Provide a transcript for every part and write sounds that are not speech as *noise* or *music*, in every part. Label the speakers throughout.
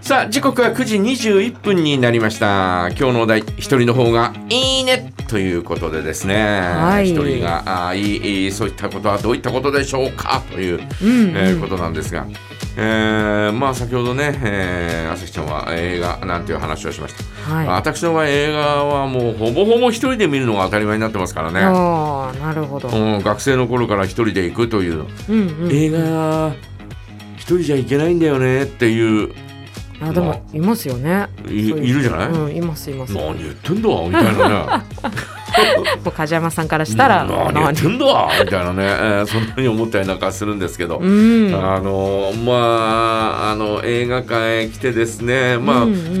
Speaker 1: さあ時刻は9時21分になりました今日のお題一人の方がいいねということでですね
Speaker 2: はい
Speaker 1: 一、人があーいいいいそういったことはどういったことでしょうかという、
Speaker 2: うんうん
Speaker 1: えーことなんですが、えーまあ先ほどね、えー、朝日ちゃんは映画なんていう話をしました、
Speaker 2: はい
Speaker 1: まあ私の場合映画はもうほぼほぼ一人で見るのが当たり前になってますからね、
Speaker 2: ああなるほど、
Speaker 1: うん、学生の頃から一人で行くという
Speaker 2: うんうん、
Speaker 1: 映画一人じゃ行けないんだよねっていう
Speaker 2: あでもいますよね
Speaker 1: い
Speaker 2: そうう
Speaker 1: いるじゃない
Speaker 2: うん、いますいますも
Speaker 1: 何言ってんだみたいなね
Speaker 2: う梶山さんからしたら
Speaker 1: 何言ってんだみたいなね、えーそんなに思ったりなんかするんですけど、
Speaker 2: うん
Speaker 1: あのまああの映画館へ来てですねまあ、
Speaker 2: うん
Speaker 1: 二
Speaker 2: う
Speaker 1: 人
Speaker 2: ん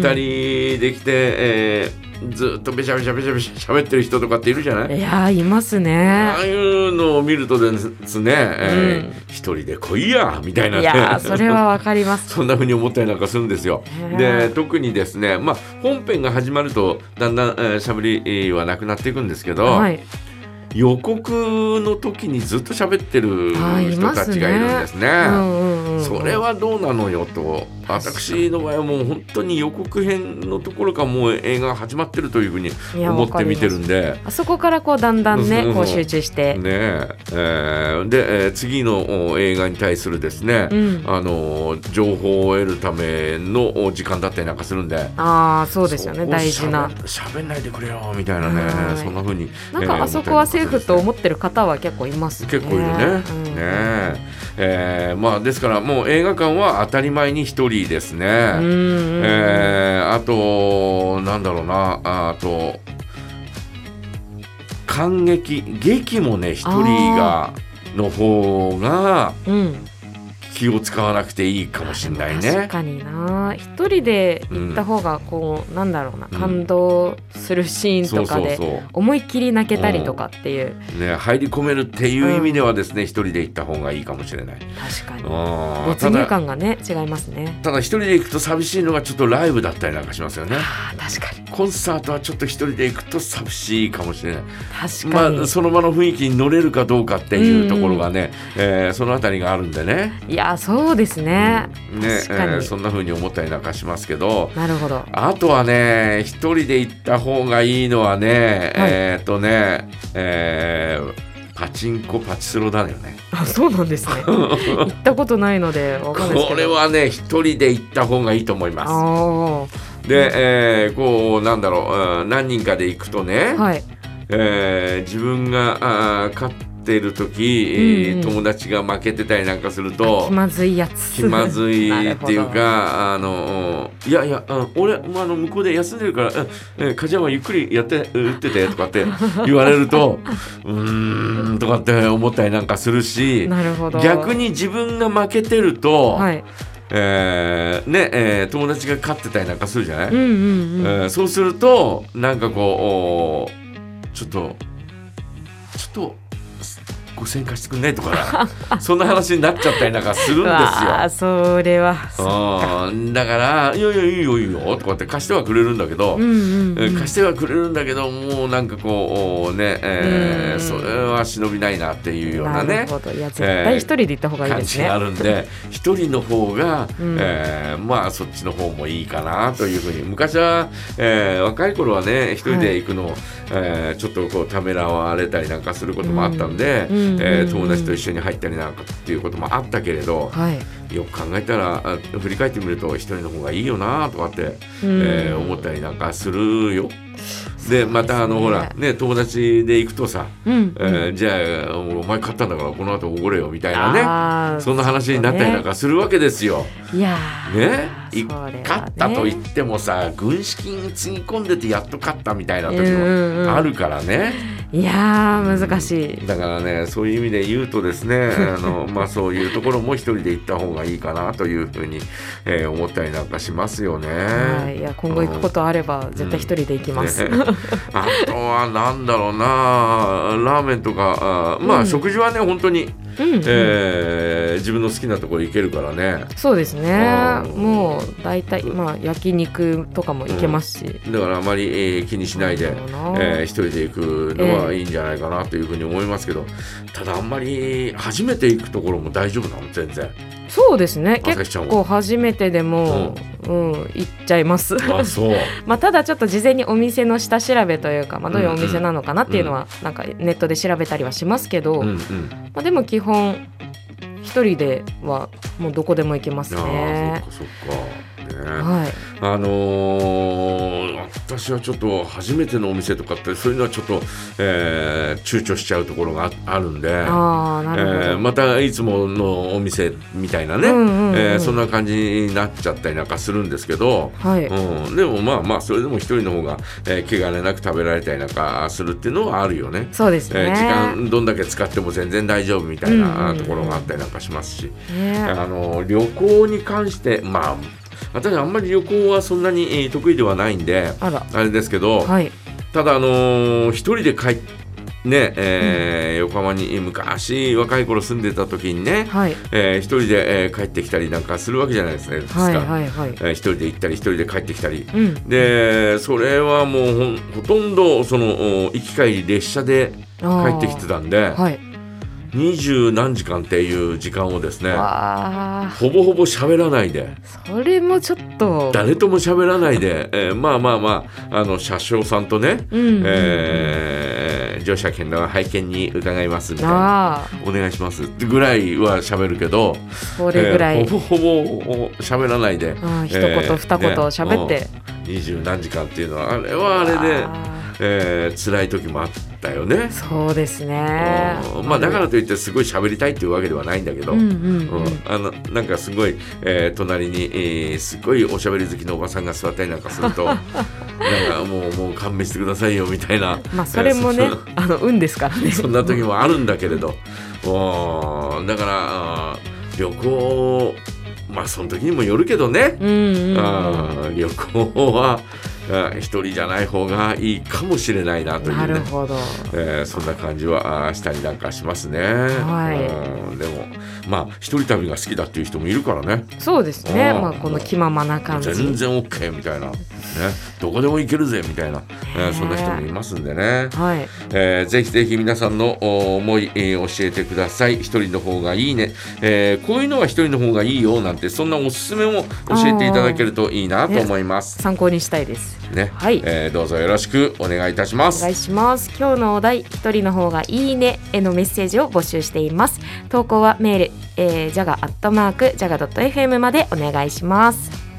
Speaker 1: で来て、えーずっとべしゃべしゃべしゃべしゃ喋ってる人とかっているじゃない
Speaker 2: いやーいますね
Speaker 1: ああいうのを見るとですね、えー
Speaker 2: うん
Speaker 1: 一人で来いやみたいな、ね、
Speaker 2: いやーそれはわかります
Speaker 1: *laughs* そんな風に思ったりなんかするんですよ
Speaker 2: へ。ー
Speaker 1: で特にですね、まあ、本編が始まるとだんだん、えー、しゃべりえーはなくなっていくんですけど、
Speaker 2: はい
Speaker 1: 予告の時にずっと喋ってる
Speaker 2: はいい
Speaker 1: 人
Speaker 2: ま
Speaker 1: た
Speaker 2: すね
Speaker 1: ちがいるんですね。
Speaker 2: うんうんうん
Speaker 1: それはどうなのよと
Speaker 2: かに
Speaker 1: 私の場合はもう本当に予告編のところからもう映画が始まってるというふうに
Speaker 2: いや
Speaker 1: 思って見てる
Speaker 2: わかり
Speaker 1: んで。
Speaker 2: ますあそこからこうだんだん
Speaker 1: そ
Speaker 2: ね
Speaker 1: うそう
Speaker 2: こう集中して
Speaker 1: ねええーで、えー次のお映画に対するですね、
Speaker 2: うん
Speaker 1: あのー情報を得るためのお時間だったりなんかするんで
Speaker 2: ああそうですよね
Speaker 1: そこ
Speaker 2: 大事な
Speaker 1: しゃべんないでくれよみたいな
Speaker 2: は
Speaker 1: ね
Speaker 2: い
Speaker 1: そんな風に
Speaker 2: なん
Speaker 1: え
Speaker 2: か
Speaker 1: ー
Speaker 2: あそこは
Speaker 1: 思った
Speaker 2: セ
Speaker 1: り
Speaker 2: ー
Speaker 1: なんか
Speaker 2: フ
Speaker 1: する
Speaker 2: と
Speaker 1: んです
Speaker 2: 思ってる方は結構いますね
Speaker 1: 結構いるね
Speaker 2: うん
Speaker 1: ねええーまあですからもう映画館は当たり前に一人ですね、
Speaker 2: うんうん
Speaker 1: えーあとなんだろうなああと感激劇もね一人がの方が
Speaker 2: うん
Speaker 1: 気を使わなくていいかもしれない
Speaker 2: 確
Speaker 1: ね。
Speaker 2: かにな一人で行った方がこう、なんだろうな感動するシーン
Speaker 1: そ
Speaker 2: と
Speaker 1: う
Speaker 2: か
Speaker 1: そう
Speaker 2: で
Speaker 1: そ
Speaker 2: 思いっきり泣けたりとかっていう、
Speaker 1: う、ね、入り込めるっていう意味ではですね一、人で行った方がいいかもしれない。
Speaker 2: 確かに
Speaker 1: うん
Speaker 2: 没
Speaker 1: た
Speaker 2: 入
Speaker 1: だ
Speaker 2: 感がね違いますね
Speaker 1: ただ一人で行くと寂しいのがちょっとライブだったりなんかしますよね。
Speaker 2: あー確かに
Speaker 1: コンサートはちょっと一人で行くと寂しいかもしれない。
Speaker 2: 確かに、
Speaker 1: まあ、その場の雰囲気に乗れるかどうかっていうところがね、えーそのあたりがあるんでね
Speaker 2: いやそうですね、
Speaker 1: うんね
Speaker 2: 確かに
Speaker 1: えーそんな風に思ったりなんかしますけど
Speaker 2: なるほど
Speaker 1: あとはね一人で行った方がいいのはね、えーっとね、えーパチンコパチスロだよね
Speaker 2: あそうなんです
Speaker 1: *laughs*
Speaker 2: ね行ったことないのでわかんないですけど
Speaker 1: これはね一人で行った方がいいと思いま
Speaker 2: あ
Speaker 1: すで、えーこうなんだろううん何人かで行くとね、
Speaker 2: あはい
Speaker 1: えー自分があー勝ってる時、えー
Speaker 2: うんうん
Speaker 1: 友達が負けてたりなんかすると
Speaker 2: 気まずいやつ
Speaker 1: 気まずい
Speaker 2: な
Speaker 1: っ
Speaker 2: るほ
Speaker 1: て
Speaker 2: ど
Speaker 1: いうかあのいやいやあ俺、まあ、あの向こうで休んでるからうんえー梶山ゆっくりやって打っててとかって言われると *laughs* うーんとかって思ったりなんかするし
Speaker 2: *laughs* なるほど
Speaker 1: 逆に自分が負けてると、
Speaker 2: はい
Speaker 1: えーねえー友達が勝ってたりなんかするじゃない、
Speaker 2: うんうんうん、
Speaker 1: えーそうするとなんかこうおーちょっとちょっと5,000貸してくんないとか
Speaker 2: *laughs*
Speaker 1: なそんな話になっちゃったりなんかするん
Speaker 2: う
Speaker 1: ですよ。
Speaker 2: わあそれは
Speaker 1: うんだから「いやいやいいよいいよ」とかって貸してはくれるんだけど、
Speaker 2: うんうん
Speaker 1: え
Speaker 2: うん、
Speaker 1: ー貸してはくれるんだけどもうなんかこうね、えー
Speaker 2: うん
Speaker 1: それは忍びないなっていうような
Speaker 2: な
Speaker 1: ね
Speaker 2: るほどいや絶対一人で行った方がいい
Speaker 1: 感
Speaker 2: です
Speaker 1: じ
Speaker 2: ね、
Speaker 1: があるんで一人の方が、
Speaker 2: うん
Speaker 1: えーまあそっちの方もいいかなというふうに昔は、えー若い頃はね一人で行くのを、えーちょっとこうためらわれたりなんかすることもあったんで、
Speaker 2: うんうん
Speaker 1: えー友達と一緒に入ったりなんかっていうこともあったけれど、
Speaker 2: はい、
Speaker 1: よく考えたらあ振り返ってみると一人の方がいいよなとかって、
Speaker 2: うん
Speaker 1: えー思ったりなんかするよ。でまたあのほらね友達で行くとさ、
Speaker 2: うん、
Speaker 1: えーじゃあお前買ったんだからこの後おごれよみたいなね
Speaker 2: あー
Speaker 1: そんな話になったりなんかするわけですよ。
Speaker 2: いやー
Speaker 1: ね
Speaker 2: それはね
Speaker 1: 勝ったと言ってもさ軍資金つぎ込んでてやっと勝ったみたいな時
Speaker 2: うんうん
Speaker 1: もあるからね。
Speaker 2: いやー難しい、
Speaker 1: だからねそういう意味で言うとですねあの、 *laughs* まあ、そういうところも一人で行った方がいいかなというふうに、えー思ったりなんかしますよね。
Speaker 2: はいいや今後行くことあれば絶対一人で行きます、
Speaker 1: ねあとはなんだろうなラーメンとかあま
Speaker 2: う
Speaker 1: あ
Speaker 2: ん
Speaker 1: 食事はね本当に、
Speaker 2: うんうん
Speaker 1: えー自分の好きなところ行けるからね
Speaker 2: そうですね
Speaker 1: うん
Speaker 2: もう大体まあ焼肉とかも行けますし、
Speaker 1: だからあまり、えー気にしないで、え
Speaker 2: そうだな
Speaker 1: ー一人で行くのはいいんじゃないかなというふうに思いますけどただあんまり初めて行くところも大丈夫なの全然。
Speaker 2: そうですね
Speaker 1: 朝日ち
Speaker 2: 結
Speaker 1: ゃんは
Speaker 2: 構初めてでも、うん行っちゃいます
Speaker 1: あそう
Speaker 2: *laughs* まあただちょっと事前にお店の下調べというか、まあ、どういうお
Speaker 1: うんう
Speaker 2: 店
Speaker 1: ん
Speaker 2: なのかなっていうのは、なんかネットで調べたりはしますけど、
Speaker 1: うんう
Speaker 2: ま
Speaker 1: ん
Speaker 2: あ、でも基本一人ではもうどこでも行けます
Speaker 1: あ
Speaker 2: ね
Speaker 1: あ。そっかそっかね
Speaker 2: はい、
Speaker 1: あのー私はちょっと初めてのお店とかってそういうのはちょっと、えー躊躇しちゃうところがああるんで
Speaker 2: ああなるほど、
Speaker 1: えーまたいつものお店みたいなね、
Speaker 2: うんうんうん
Speaker 1: えーそんな感じになっちゃったりなんかするんですけど、
Speaker 2: はい、
Speaker 1: うん、でもまあまあそれでも一人の方が、えー、気兼ねなく食べられたりなんかするっていうのはあるよね。
Speaker 2: そうです
Speaker 1: え
Speaker 2: ね。
Speaker 1: ー時間どんだけ使っても全然大丈夫みたい
Speaker 2: うんうん
Speaker 1: な
Speaker 2: うん
Speaker 1: ところがあったりなんかしますし、
Speaker 2: ね
Speaker 1: あの旅行に関してまあ私あんまり旅行はそんなにえー得意ではないんで
Speaker 2: あら、
Speaker 1: あれですけど、
Speaker 2: はい、
Speaker 1: ただあのー一人で帰っねえー横浜に昔若い頃住んでた時にね、
Speaker 2: はい、
Speaker 1: えー一人で、えー帰ってきたりなんかするわけじゃないですか、
Speaker 2: はい、はい、はい。
Speaker 1: えー一人で行ったり一人で帰ってきたり
Speaker 2: うん、
Speaker 1: でそれはもうほんほとんどそのお行き帰り列車で帰
Speaker 2: 帰
Speaker 1: ってきてたんで
Speaker 2: はい。
Speaker 1: 二十、何時間っていう時間をですね
Speaker 2: わあ、
Speaker 1: ほぼほぼ喋らないで
Speaker 2: それもちょっと。
Speaker 1: 誰とも喋らないで、えーまあまあまああの車掌さんとね、
Speaker 2: うんうんうん
Speaker 1: えー乗車券の拝見に伺いますみたいな。
Speaker 2: ああ、
Speaker 1: お願いしますってぐらいは喋るけど、
Speaker 2: それぐらい。
Speaker 1: えーほぼほぼ喋らないで、
Speaker 2: ああ一言
Speaker 1: えー
Speaker 2: 二言喋って
Speaker 1: ねうん二十、何時間っていうのはあれはあれで、
Speaker 2: あ
Speaker 1: えー、辛い時もあったよね
Speaker 2: ー。そうですね
Speaker 1: うん。まあだからといってすごい喋りたいっていうわけではないんだけど、
Speaker 2: うんうん
Speaker 1: う
Speaker 2: うんん。
Speaker 1: あのなんかすごい、えー隣に、えーすごいおしゃべり好きのおばさんが座ったりなんかする
Speaker 2: *laughs*
Speaker 1: となんかもうもう勘弁してくださいよみたいな、
Speaker 2: まあそれも
Speaker 1: え
Speaker 2: ね
Speaker 1: ー、
Speaker 2: あの運ですから
Speaker 1: *laughs*
Speaker 2: ね。
Speaker 1: そそんな時もあるんだけれどうんだからあー旅行まあその時にもよるけどね、
Speaker 2: うんうんうん。
Speaker 1: あー旅行はあー一人じゃない方がいいかもしれないなというね。
Speaker 2: なるほど。
Speaker 1: えーそんな感じはあーしたりなんかしますね。
Speaker 2: は
Speaker 1: うんでもまあ一人旅が好きだっていう人もいるからね
Speaker 2: そうですね。
Speaker 1: あー
Speaker 2: まあこの気ままな感じ。
Speaker 1: 全然 OK みたいな、ね、どこでも行けるぜみたいな、えーそんな人もいますんでね、
Speaker 2: はい。
Speaker 1: えーぜひぜひ皆さんのお思い、えー教えてください一人の方がいいね、えーこういうのは一人の方がいいよなんてそんなおすすめも教えていただけるといいなと思います。
Speaker 2: 参考にしたいです。
Speaker 1: ね
Speaker 2: はい
Speaker 1: えーどうぞよろしくお願いいたしま
Speaker 2: お
Speaker 1: す
Speaker 2: 願。いします今日のお題一人の方がいいねへのメッセージを募集しています投稿はメール、えー、ジャガアットマークジャガ .fm までお願いします